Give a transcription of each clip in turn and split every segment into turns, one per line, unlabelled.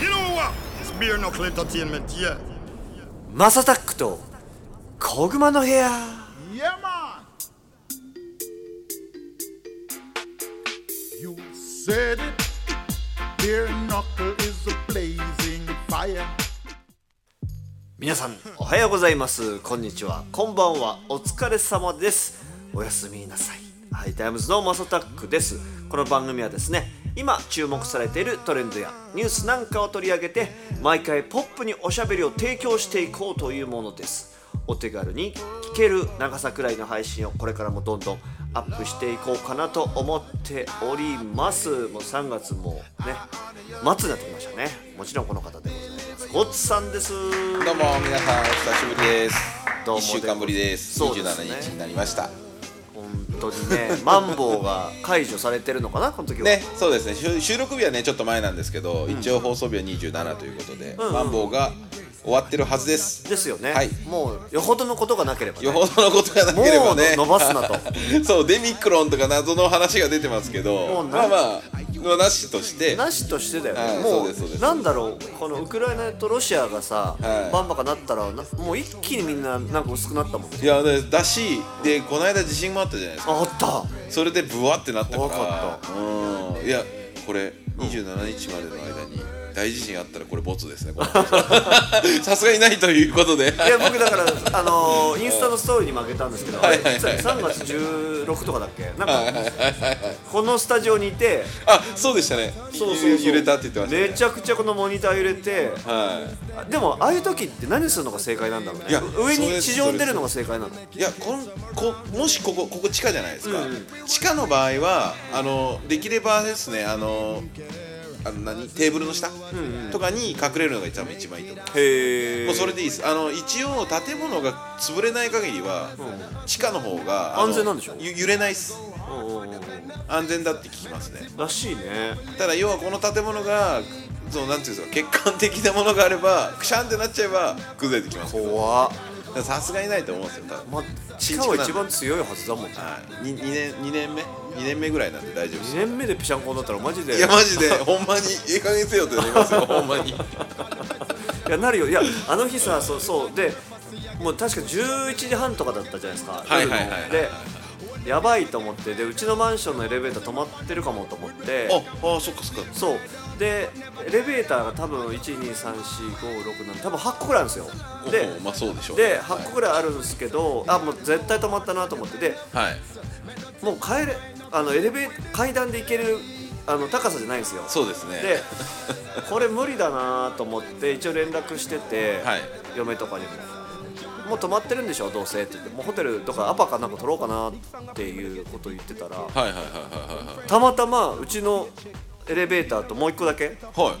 You know what? It's beer knuckle entertainment, yeah.
マサタックと小熊の部屋
Yeah, man. You said it. Beer knuckle is a blazing fire.
皆さんおはようございますこんにちはこんばんはお疲れ様ですおやすみなさいハイタイムズのマサタックですこの番組はですね今注目されているトレンドやニュースなんかを取り上げて毎回ポップにおしゃべりを提供していこうというものですお手軽に聞ける長さくらいの配信をこれからもどんどんアップしていこうかなと思っておりますもう3月もね末になってきましたねもちろんこの方でございますゴッツさんです
どうも皆さんお久しぶりです。
どうも
一週間ぶりです。
そう
二
で
十
す
七
ね
日になりました。
本当にね マンボウが解除されてるのかなこの時は、
ね、そうですね。収収録日はねちょっと前なんですけど、一応放送日は二十七ということで、マンボウが終わってるはずです。
ですよね、
はい
もうよほどのことがなければ、ね、
よほどのことがなければね。
もう伸ばすなと。
そうデミクロンとか謎の話が出てますけ
も
ど、
う
ま
な
あまあなしとして。
なしとしてだよね、
はい
も
そうですそうです
なんだろうこのウクライナとロシアがさ、
はい
バンバカなったらなもう一気にみんななんか薄くなったもんね
いやだだしでこの間地震もあったじゃないですか
ああった
それでブワってなったから
怖かった
うんいやこれ27日までの間に大地震あったらこれボツですね このさすがにないということで
いや僕だからあのーインスタのストーリーに負けたんですけど、あれいつだっけ3月16とかだっけなんかこのスタジオにいて
あそうでしたねゆ揺れたって言ってましたね
めちゃくちゃこのモニター揺れて
は
あでもああいう時って何するのが正解なんだろうね
いや
上
そ
に
れ
地上に出るのが正解なの
い、いやこんこもしここここ地下じゃないですか、
うん
地下の場合はあのできればですねあのあの何テーブルの下、とかに隠れるのが多分一番いいと思う
へえ
もうそれでいいですあの一応建物が潰れない限りは、地下の方があの
安全なんでしょ
ゆ揺れないっす
うんうんうん
安全だって聞きますね
らしいね
ただ要はこの建物がそのなんていうんですか欠陥的なものがあればクシャンってなっちゃえば崩れてきますけど
怖っ、
だからさすがにないと思うんですよ多分
まあ、地下は一番強いはずだもんね
はいに2年二年目2年目ぐらいなんで大丈夫です
2年目でぺしゃんこになったらマジで
いやマジでほんまにいい加減にせよってなり ますよほんまに
いやなるよいやあの日さそうそうでもう確か11時半とかだったじゃないですか
はいはいはいはい
夜のでやばいと思ってでうちのマンションのエレベーター止まってるかもと思って
ああそっかそっか
そうでエレベーターが多分1234567多分8個ぐらいあるんですよで
おうまあそうでしょうね
で
はい
8個ぐらいあるんですけど、あもう絶対止まったなと思ってで
はい
もう帰れあのエレベー階段で行けるあの高さじゃないんですよ
そうですね
でこれ無理だなと思って一応連絡してて、
はい
嫁とかにも。もう泊まってるんでしょどうせって言ってもうホテルとかアパかなんか取ろうかなっていうこと言ってたら
はいはいはいはいはいはい
たまたまうちのエレベーターともう一個だけ
は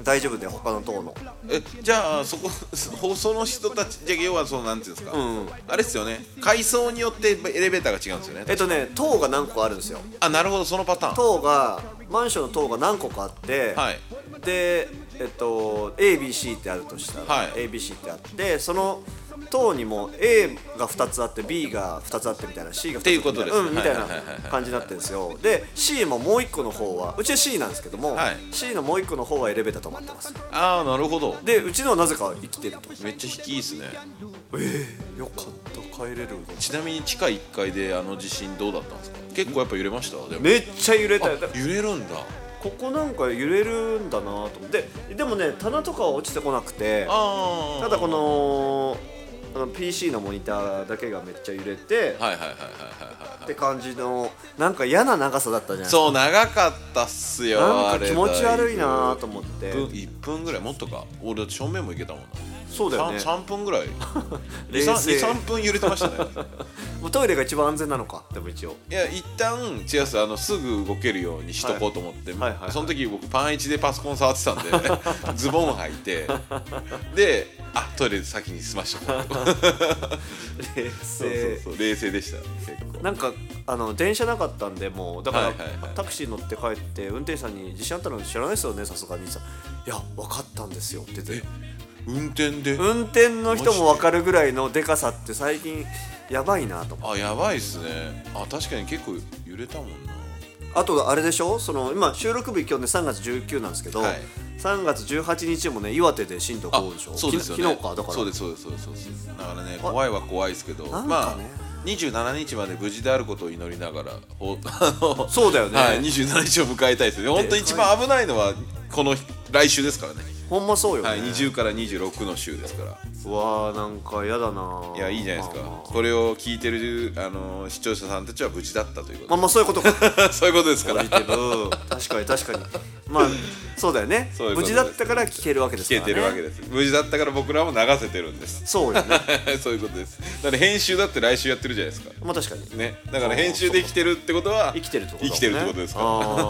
い
大丈夫で他の塔の
えじゃあそこ 放送の人たちじゃあ要はそのなんていうんですか、
うん
あれですよね階層によってエレベーターが違うんですよ
え
ね
っとね塔が何個あるんですよ
あなるほどそのパターン
塔がマンションの塔が何個かあって、
はい
でえっと ABC ってあるとしたら、
はい
ABC ってあってその塔にも A が2つあって B が2つあってみたいな C が2つあって
っていうことですね
んみたい
は
ない
はいはいはい
感じになってるんですよで C ももう1個の方はうちは C なんですけども、
はい
C のもう1個の方はエレベーター止まってます
ああなるほど
でうちのはなぜか生きてると
めっちゃ引きいいですね
よかった帰れる
ちなみに地下1階であの地震どうだったんですか結構やっぱ揺れましたでも
めっちゃ揺れたよだ
揺れるんだ
ここなんか揺れるんだなと思ってででもね棚とかは落ちてこなくて
ああ
ただこのあの PC のモニターだけがめっちゃ揺れて、
はいはいはいはいはいはい
っ
はい
て感じのなんか嫌な長さだったじゃない
そう長かったっすよ
な
あ
んか
れ
気持ち悪いなと思って
1分一分ぐらいもっとか俺だって正面も行けたもんな
そうだよね
3分 ぐらい
冷静
23分揺れてましたね
もうトイレが一番安全なのかでも一応
いや一旦違うっすあのすぐ動けるようにしとこうと思って、
はいはいはい
その時僕パンイチでパソコン触って たんでズボン履いてであトイレで先に済ましとこうと
冷
そう
静
そうそう冷静でした結構
なんかあの電車なかったんでもうだから、
はいはいはい
タクシー乗って帰って運転手さんに「自信あったの知らないですよねさすがに」さ「いや分かったんですよ」って言って
え運転で、
運転の人も分かるぐらいのでかさって最近やばいなと思って
あやばいっすねあ確かに結構揺れたもんな
あとあれでしょその今収録日今日ね3月19なんですけど、
はい
3月18日もね岩手で震度5でしょ
そうですよね
昨日かだから
そうですそうですそうですそうですだからね怖いは怖いですけど、
なん
ま
か
あ
ね
27日まで無事であることを祈りながらほあの
そうだよね
はい、27日を迎えたいですよね本当に一番危ないのはこの日来週ですからね
ほんまそうよね、
はい、20から26の週ですから
うわーなんかやだない
いやいいじゃないです
まあま
か
あ
これを聞いてるあの視聴者さんたちは無事だったという
ま
こ
あまあそういうことか
と そういうことですから
いいけど確かに確かにまあそうだよね
そういうこ
無
と
事
です
だったから聞けるわけですか
聞
ら
け
ね
てるわけです無事だったから僕らも流せてるんです
そうよね
そういうことですだから編集だって来週やってるじゃないですか
まあ確かに
ねだから編集できてるってことは
生きてるってことだもんね
生きてるってことですか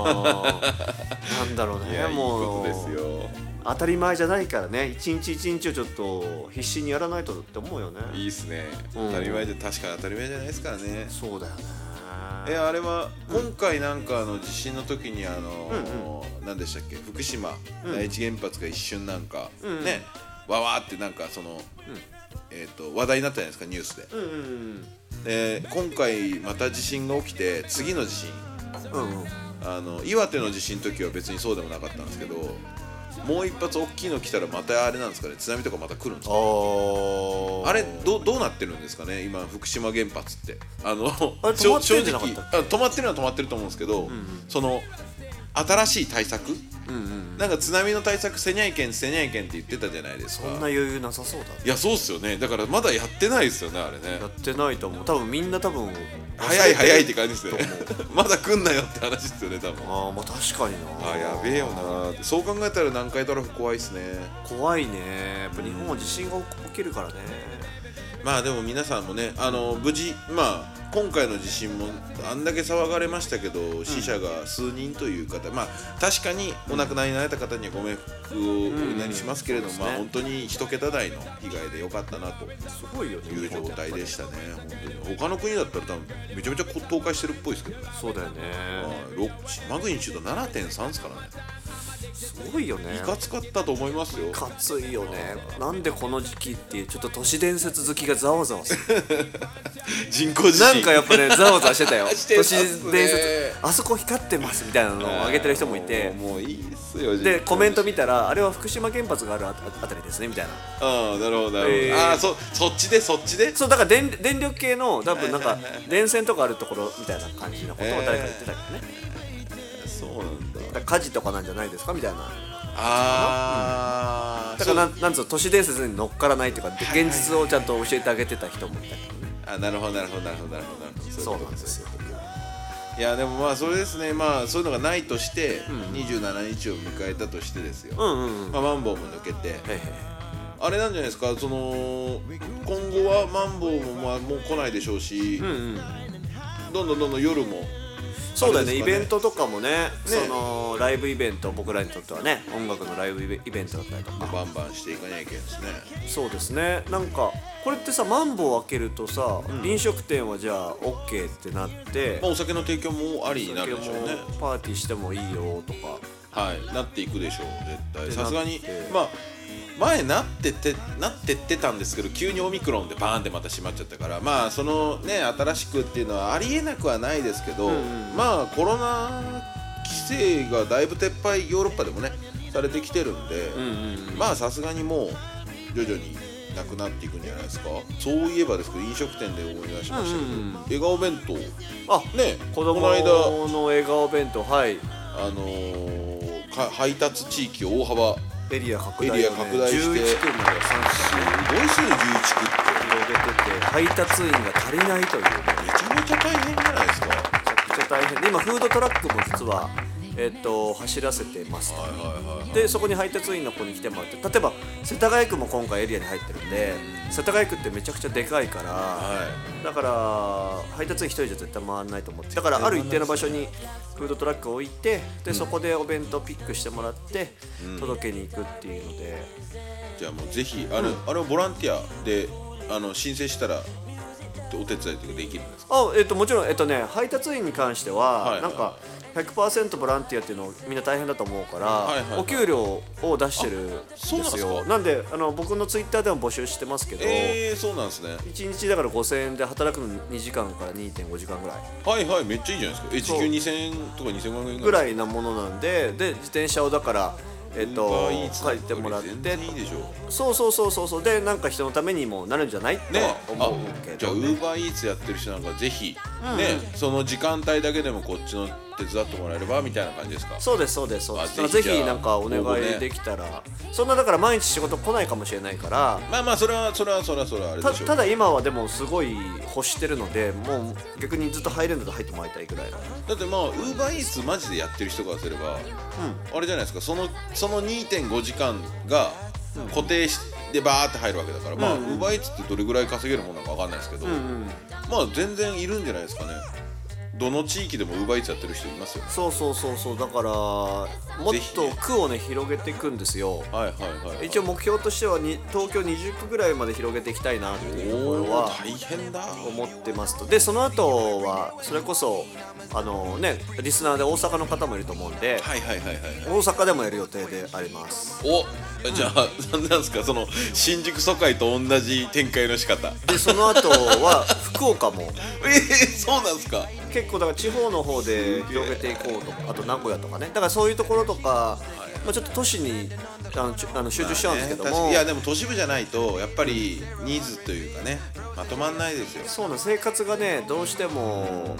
あーなんだろう
らい
ね
やいいこ
も
と
う
ですよ
当たり前じゃないからね一日一日をちょっと必死にやらないとって思うよね
いいっすね
うん
当たり前じゃ確かに当たり前じゃないですからね
そうだよね
えあれは今回なんかあの地震の時にあの何でしたっけ福島第一原発が一瞬なんか
んうん
ねわわーってなんかそのえーと話題になったじゃないですかニュース
うんうん
でで今回また地震が起きて次の地震
うんうんうん
あの岩手の地震の時は別にそうでもなかったんですけどもう一発大きいの来たらまたあれなんですかね津波とかまた来るんですか
あ
あれどうどうなってるんですかね今福島原発ってあの
あれ
ち
止ま
ょ
ってるんじゃなかったっけ
正直あ止まってるのは止まってると思うんですけど、
ん
その新しい対策
うんうん
なんか津波の対策せにゃいけんせにゃいけんって言ってたじゃないです
そ
か
んな余裕なさそうだ
いやそうっすよねだからまだやってないですよねあれね
やってないと思う多分みんな多分
早い早いって
か
感じですよね まだ来んなよって話ですよね多分
ああまあ確かにな
あやべえよなーってそう考えたら南海トラフ怖いっすね
怖いねやっぱ日本は地震が起きるからね
まあでも皆さんもねあの無事まあ今回の地震もあんだけ騒がれましたけど死者が数人という方、まあ確かにお亡くなりになられた方にはご冥福をお祈りしますけれども、
うん
まあ本当に一桁台の被害でよかったなと
すごいよね
いう状態でしたね本当に他の国だったら多分めちゃめちゃこ倒壊してるっぽいですけどね、
そうだよね
はいろマグニチュード7.3ですからね
すごいよね
いかつかったと思いますよ
かついよねなんでこの時期っていうちょっと都市伝説好きがざわざわする
人工地震
なんかやっぱ ねざわざわしてたよ
してま
都
す
市
ね
伝説あそこ光ってますみたいなのを上げてる人もいて
もうもういいっすよ
でコメント見
て
たらあれは福島原発があるああたりですねみたいな
ああなるほどなるほど、
えー
ああそそっちでそっちで
そうだから電電力系の多分なん
は
か
いはいはい
電線とかあるところみたいな感じのことを誰か言ってたけどね、
そうなんだ
だから火事とかなんじゃないですかみたいな
ああ
だから
そう
ななんつうの都市伝説に乗っからないというか現実をちゃんと教えてあげてた人もいたけどね
あなるほどなるほどなるほどなるほどなるほど
そう
いこ
な
と
んですよ
いやでもまあそれですねまあそういうのがないとして、27日を迎えたとしてですよ、
うんうんうん
まあ、マンボウも抜けて、
え
あれなんじゃないですかその今後はマンボウもまあもう来ないでしょうし、
えうんうん
どんどんどんどん夜も
そうだよね
あれです
イ
かね
ベントとかもねそのライブイベント僕らにとってはね音楽のライブイベイベントだったりとか
バンバンしていかなきゃいけないですね
そうですねなんかこれってさマンボウ開けるとさ、飲食店はじゃあ OK ってなって
まあお酒の提供もありになるでしょうね
お酒もパーティーしてもいいよとか
はいなっていくでしょう絶対
で
さすがに
なって
まあ前なっててなってってたんですけど急にオミクロンでバーンってまた閉まっちゃったからまあそのね新しくっていうのはありえなくはないですけど、
んうん
まあコロナ規制がだいぶ撤廃ヨーロッパでもねされてきてるんで、まあさすがにもう徐々になくなっていくんじゃないですかそういえばですけど飲食店で思い出しました
うん
けど、
うん
笑顔弁当ね
あ
こ
子供
の間
の笑顔弁当はい
あのーか配達地域を大幅
エリア拡大,、
エリア拡大して
11区まで3
す
社
ごい数11区って
広げてて配達員が足りないというね
めちゃめちゃ大変じゃないですかは
めちゃくちゃ大変で今フードトラックも実は、えっと走らせてます
いはいはい
でそこに配達員の子に来てもらって例えば世田谷区も今回エリアに入ってるんで世田谷区ってめちゃくちゃでかいから、
はい
だから配達員一人じゃ絶対回らないと思ってだからある一定の場所にフードトラックを置いてでそこでお弁当ピックしてもらって届けに行くっていうので、
じゃあもうぜひあれ,、あれをボランティアであの申請したらお手伝いとかできるんですか
あえっともちろん、えっとね、配達員に関しては、
はい
なんか100%ボランティアっていうのみんな大変だと思うから、
いはいはい
お給料を出してるんです
そうなんです
よ
か
なんであの僕のツイッターでも募集してますけど、
えー、そうなんですね
1日だから5000円で働くの2時間から2.5時間ぐらい
はいはいめっちゃいいじゃないですかえ時給2000円とか2500円
ぐ
ぐらい
らいなものなんでで自転車をだからえっと
Uber Eats
書いてもらっ
より
て
全然いいでしょ
そうそうそうそうそうでなんか人のためにもなるんじゃないと
ね
は
あ
思うけ
じゃあ
ど
ウ
ね、
ーバーイーツやってる人なんかぜひ、ねその時間帯だけでもこっちの手伝ってもらえればみたいな感じですか
そうですそうですそうです
あ
だからぜ
ぜひじゃあ
ひなんかお願
応募ね
いできたら、そんなだから毎日仕事来ないかもしれないから
まあまあそれはそれはそれはそれはあれ
た
でしょう
ただ今はでもすごい欲してるのでもう逆にずっと入れるのと入ってもらいたいぐらいなの
だってまあウーバーイーツマジでやってる人からすれば、あれじゃないですかそのその2.5時間が固定してバーって入るわけだから、まあウーバーイーツってどれぐらい稼げるものなのか分かんないですけど、まあ全然いるんじゃないですかねどの地域でもウーバーイーツやってる人いますよね
そうそうそうそうだからもっ
ぜひ
と
ね
区をね広げていくんですよ
はいはいはい、はい、
一応目標としてはに東京20区ぐらいまで広げていきたいなっていうところ
おお
は
大変だ
思ってますとでその後はそれこそあのねリスナーで大阪の方もいると思うんで、
はいはいはいはい
大阪でもやる予定であります
おじゃあ、なん、なんですかその新宿疎開と同じ展開の仕方
でその後は福岡も
えー、そうなんですか
結構だから地方の方で広げていこうとかあと名古屋とかねだからそういうところとか、まあ、ちょっと都市にあのちゅあの集中しちゃうんですけど
まあね確
も、
かにいやでも都市部じゃないとやっぱりニーズというかねまとまんないですよ
そうなん生活がねどうしても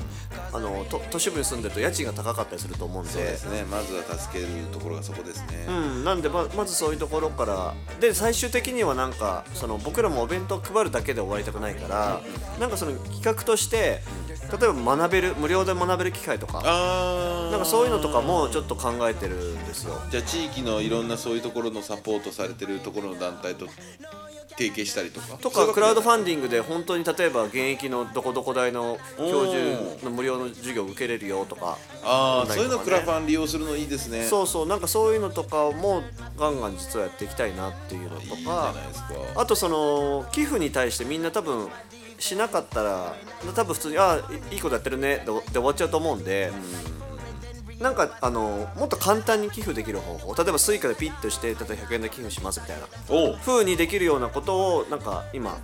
あのと都市部に住んでると家賃が高かったりすると思うんで
そうですねまずは助けるところがそこですね、
うん、なんでままずそういうところからで最終的にはなんかその僕らもお弁当配るだけで終わりたくないからなんかその企画として例えば学べる無料で学べる機会とか
ああ
なんかそういうのとかもちょっと考えてるんですよ
じゃあ地域のいろんなそういうところのサポートされてるところの団体と提携したりとか
とかクラウドフ
ン
ァンディングで本当に例えば現役のどこどこ大の教授の無料の授業を受けれるよとか
ああ
オン
そ
ライ
うい
ン
う
と
の
かね
クラファン利用するのいいですね
そううそうなんかそういうのとかもガンガン実はやっていきたいなっていうのと
いいじ
か
ゃないですか
あとその寄付に対してみんな多分しなかったら多分普通に「ああいいことやってるね」でで終わっちゃうと思うんで、なんかあのもっと簡単に寄付できる方法例えばスイカでピッとして例えば100円で寄付しますみたいな
おう
風にできるようなことをなんか今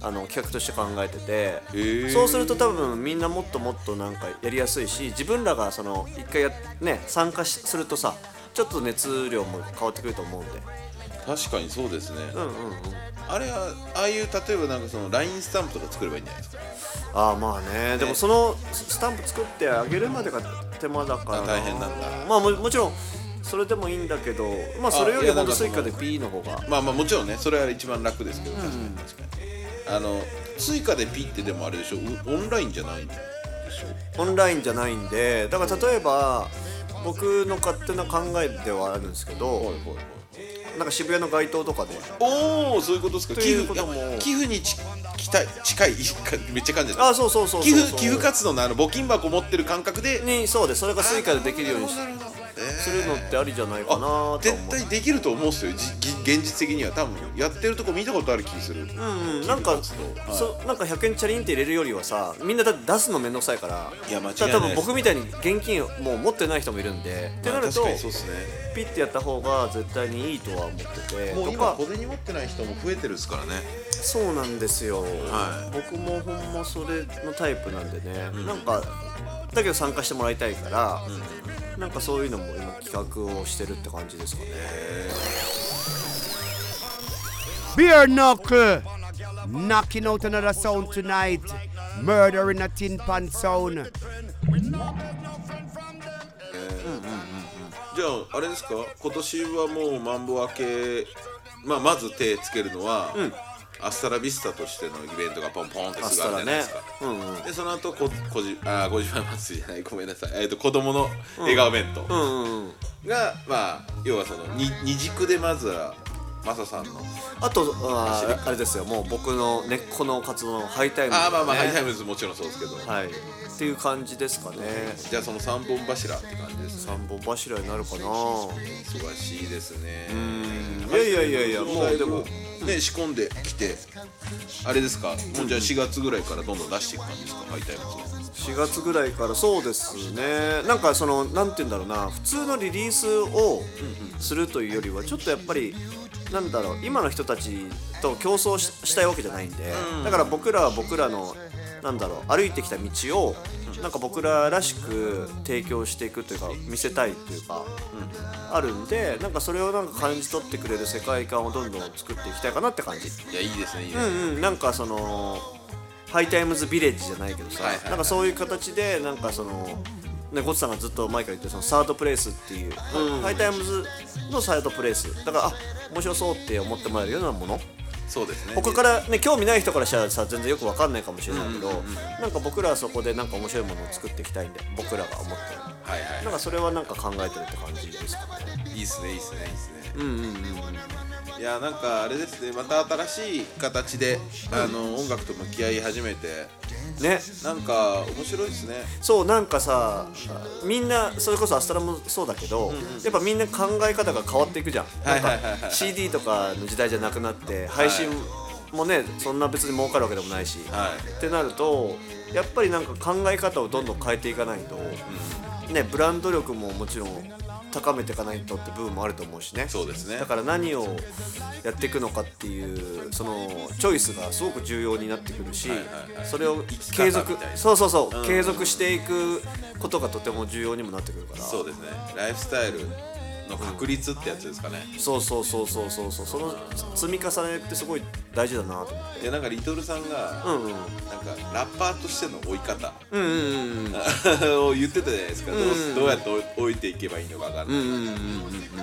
あの企画として考えて
へ
て
ー
そうすると多分みんなもっともっとなんかやりやすいし自分らがその一回や、ね、参加しするとさちょっと熱量も変わってくると思うんで。
確かにそうですね、
うんうんうん
あれはああいう例えばなんかその LINE スタンプとか作ればいいんじゃないですか
ああまあねでもそのススタンプ作ってあげるまでが手間だから
あ大変なんだ
まあももちろんそれでもいいんだけどまあそれよ
い
り
や
ほんと
なんか
ス
そ
イ
の
カで P の方が
まあまあもちろんねそれは一番楽ですけど確かに確かに、あの追加でピってでもあれでしょうオンラインじゃないんでしょ
オンラインじゃないんでだから例えば僕の勝手な考えではあるんですけ
はい
ど
はいはい
なんか渋谷の街頭とかで
おおそういうことですか
と
寄
いう
付
ことも
いや寄付にち近い近い めっちゃ感じ
あ
た
あそうそうそうそう
寄
そ
付
う
寄付活動のあの募金箱持ってる感覚で
にそうですそれがスイカでできるようにし
なるほどなるほど
するのってありじゃないかなと
あ
思う
絶対できると思うんですよじ現実的には多分やってるとこ見たことある気するうん
うんうんなんか、そなんか100円チャリンって入れるよりはさみんなだって出すの面倒くさいから
いや間違いない
だから多分僕みたいに現金もう持ってない人もいるんでってなると
確かにそうですね
ピッてやった方が絶対にいいとは思ってて
もう
と
今
か
小銭持ってない人も増えてるですからね
そうなんですよ、
は
僕もほんまそれのタイプなんでね、なんかだけど参加してもらいたいから、なんかそういうのも今企画をしてるって感じですかね
Beer knuckle. Knocking out another sound tonight. Murder in a tin pan sound.
じゃああれですか今年はもうマンボ明け、まあ、まず手つけるのは、アスタラビスタとしてのイベントがポンポンってすぐあるじゃないですか
ア、スタラねうんうん
でその後ここじあー小島祭りじゃないごめんなさい、えー、と子供の笑顔弁当が、
うんうんうん
まあ要はそのに二軸でまずはマサさんの
あとあーあれですよもう僕の根っこの活動のハイタイムズ、ね、
あーまあまあ、ハイタイムズもちろんそうですけど、
はい、っていう感じですかね。
じゃあその三本柱って感じですね
三本柱になるかな。
忙しいですね
いやいやいやいや、もうでも、
ね仕込んできてあれですかもうじゃあ4月ぐらいからどんどん出していく感じですかハイタイムズ
4月ぐらいからそうですね。なんかその、なんて言うんだろうな、普通のリリースをするというよりは、ちょっとやっぱり。なんだろう今の人たちと競争ししたいわけじゃないんで、だから僕らは僕らのなんだろう歩いてきた道をなんか僕ららしく提供していくというか見せたいというか、あるんでなんかそれをなんか感じ取ってくれる世界観をどんどん作っていきたいかなって感じ
いやいいですねいいで
う
すね、
んうんなんかそのハイタイムズビレッジじゃないけどさ、
はいはいはい
なんかそういう形でなんかそのねゴッツさんがずっと前から言ってるそのサードプレイスっていう、ハイタイムズのサードプレイスだからあ面白そうって思ってもらえるようなもの
そうですね
他からね興味ない人からしたらさ全然よくわかんないかもしれないけど、なんか僕らはそこでなんか面白いものを作っていきたいんで僕らが思ってる
はい
なん
は
かそれはなんか考えてるって感じですかね
いいいですねいいですねいいですね
うんうんうん
いやなんかあれですねまた新しい形で、あの音楽と向き合い始めて
ね
なんか面白いですね
そうなんかさみんなそれこそアストラもそうだけど、やっぱみんな考え方が変わっていくじゃん,、
はいはいはいはい
なんか CD とかの時代じゃなくなって配信もね、そんな別に儲かるわけでもないし、
はい
ってなるとやっぱりなんか考え方をどんどん変えていかないと、ねブランド力ももちろん高めていかないとって部分もあると思うしね
そうですね
だから何をやっていくのかっていうそのチョイスがすごく重要になってくるし、
いはいはい
それを
き方
継
みたい
続
な
そうそうそう、
うん
継続していくことがとても重要にもなってくるから
そうですねライフスタイルの確立ってやつですかね
そうそうそうそうそうそうその積み重ねってすごい大事だなと思って
いやなんかリトルさんが、
うんうん
なんかラッパーとしての追い方
うんうんうんうん
を言ってたじゃないですか、どう
うん
どうやって置いていけばいいのか分かんない、
うんうんうん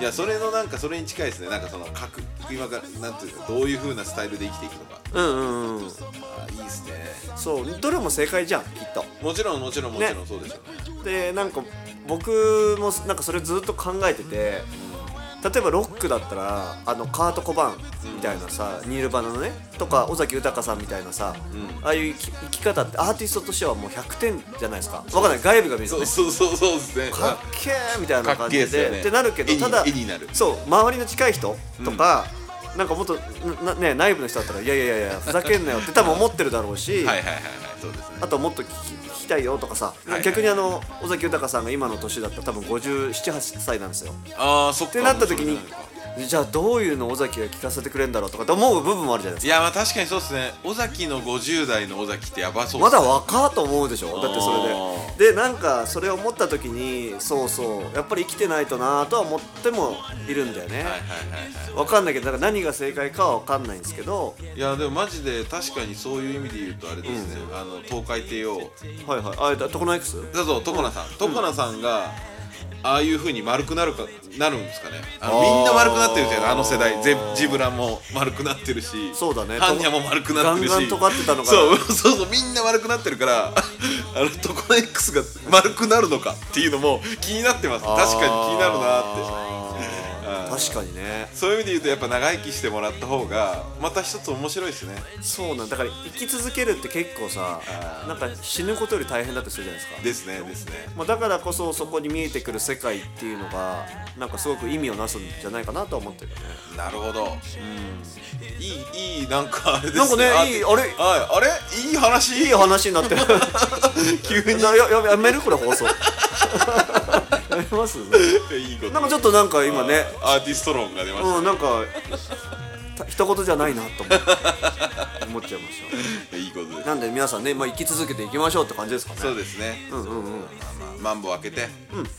いやそれのなんかそれに近いですねなんかその各今からなんていうかどういう風なスタイルで生きていくのか
うんうんうん
あーいいですね
そうどれも正解じゃんきっと
もちろんもちろんもちろんそうですよね
でなんか僕もなんかそれずっと考えてて例えばロックだったらあのカート・コバンみたいなさ、ニール・バナのねとか尾崎豊さんみたいなさ、ああいう生き生き方ってアーティストとしてはもう100点じゃないですかわかんない外部が見ると
そう
ね
そうそうそうですね
かっけーみたいな感じで
かっけーっすよね
ってなるけ
絵
ど
に
ただ
絵になる
そう周りの近い人とか、なんかもっとな、なね、内部の人だったらいやいやいやいやふざけんなよって多分思ってるだろうし、
はいはいはいはいそうですね
あともっと聞き聞きたいよとかさ、
いはい
逆にあの尾崎豊さんが今の年だったら多分578歳なんですよ。っ
ああそっか
てなった時にじゃあどういうの尾崎が聞かせてくれるんだろうとかって思う部分もあるじゃないで
い
すか。
やまあ確かにそうですね尾崎の50代の尾崎ってやばそうっ
ます
ね
だ若ーと思うでしょだってそ
あ
れででなんかそれを思った時にそうそうやっぱり生きてないとなーとは思ってもいるんだよね、
はいはいはいは
わかんないけどだから何が正解かはわかんないんですけど
いいやでもマジで確かにそういう意味で言うとあれですね、あの東海帝王
はいはいあだとこないくす
だぞ常名さん常名、さんがああいう風に丸くなるかなるんですかねあの
あー
みんな丸くなってるじゃんあの世代ゼジブラも丸くなってるし
そうだね
ハンニャも丸くなってるし
ガンガン尖ってたのかな
そう そうそうみんな丸くなってるから あの常名 X が丸くなるのかっていうのも気になってます確かに気になるなって
なって確かにね
そういう意味で言うとやっぱ長生きしてもらった方がまた一つ面白いですね
そうなんだから生き続けるって結構さなんか死ぬことより大変だってするじゃないですか
ですねですね
まあ、だからこそそこに見えてくる世界っていうのがなんかすごく意味をなすんじゃないかなとは思ってるよね
なるほど、いいいいなんかあれです
なんかね
あ
いいあれ
はい、あれいい話
いい話にな ってる
急に
なやややめるこれ放送 やめます
いいこと
なんかちょっとなんか今ね
アーティスト論が出ました、
うんなんかた一言じゃないなと思って思っちゃいまし
いいことで
た
す
なんで皆さんね、まあ、生き続けていきましょうって感じですかね
そうですね、
うんうんうん
まあ、マンボウ開けて、うん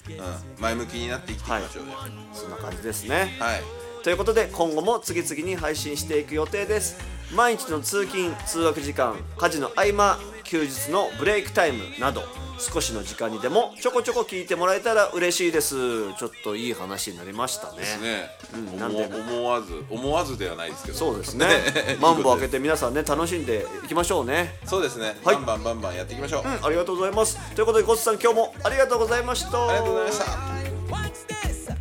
前向きになって生きていきましょうね
そんな感じですね
はい、
ということで今後も次々に配信していく予定です毎日の通勤通学時間家事の合間休日のブレイクタイムなど少しの時間にでもちょこちょこ聞いてもらえたら嬉しいですちょっといい話になりましたね
ね、
うんなん
思
で
思わず思わずではないですけど
そう ですねマンボウ開けて皆さんね楽しんでいきましょうね
そうですね、
はい
バンバンバンバンやっていきましょう、あ
ありがとうございますということでゴッツさん今日もありがとうございました
りがとうございました
Watch this.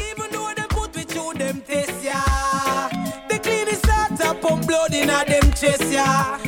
Even though they put me through them tests, yeah. They clean this out up on blood in a them chest, yeah.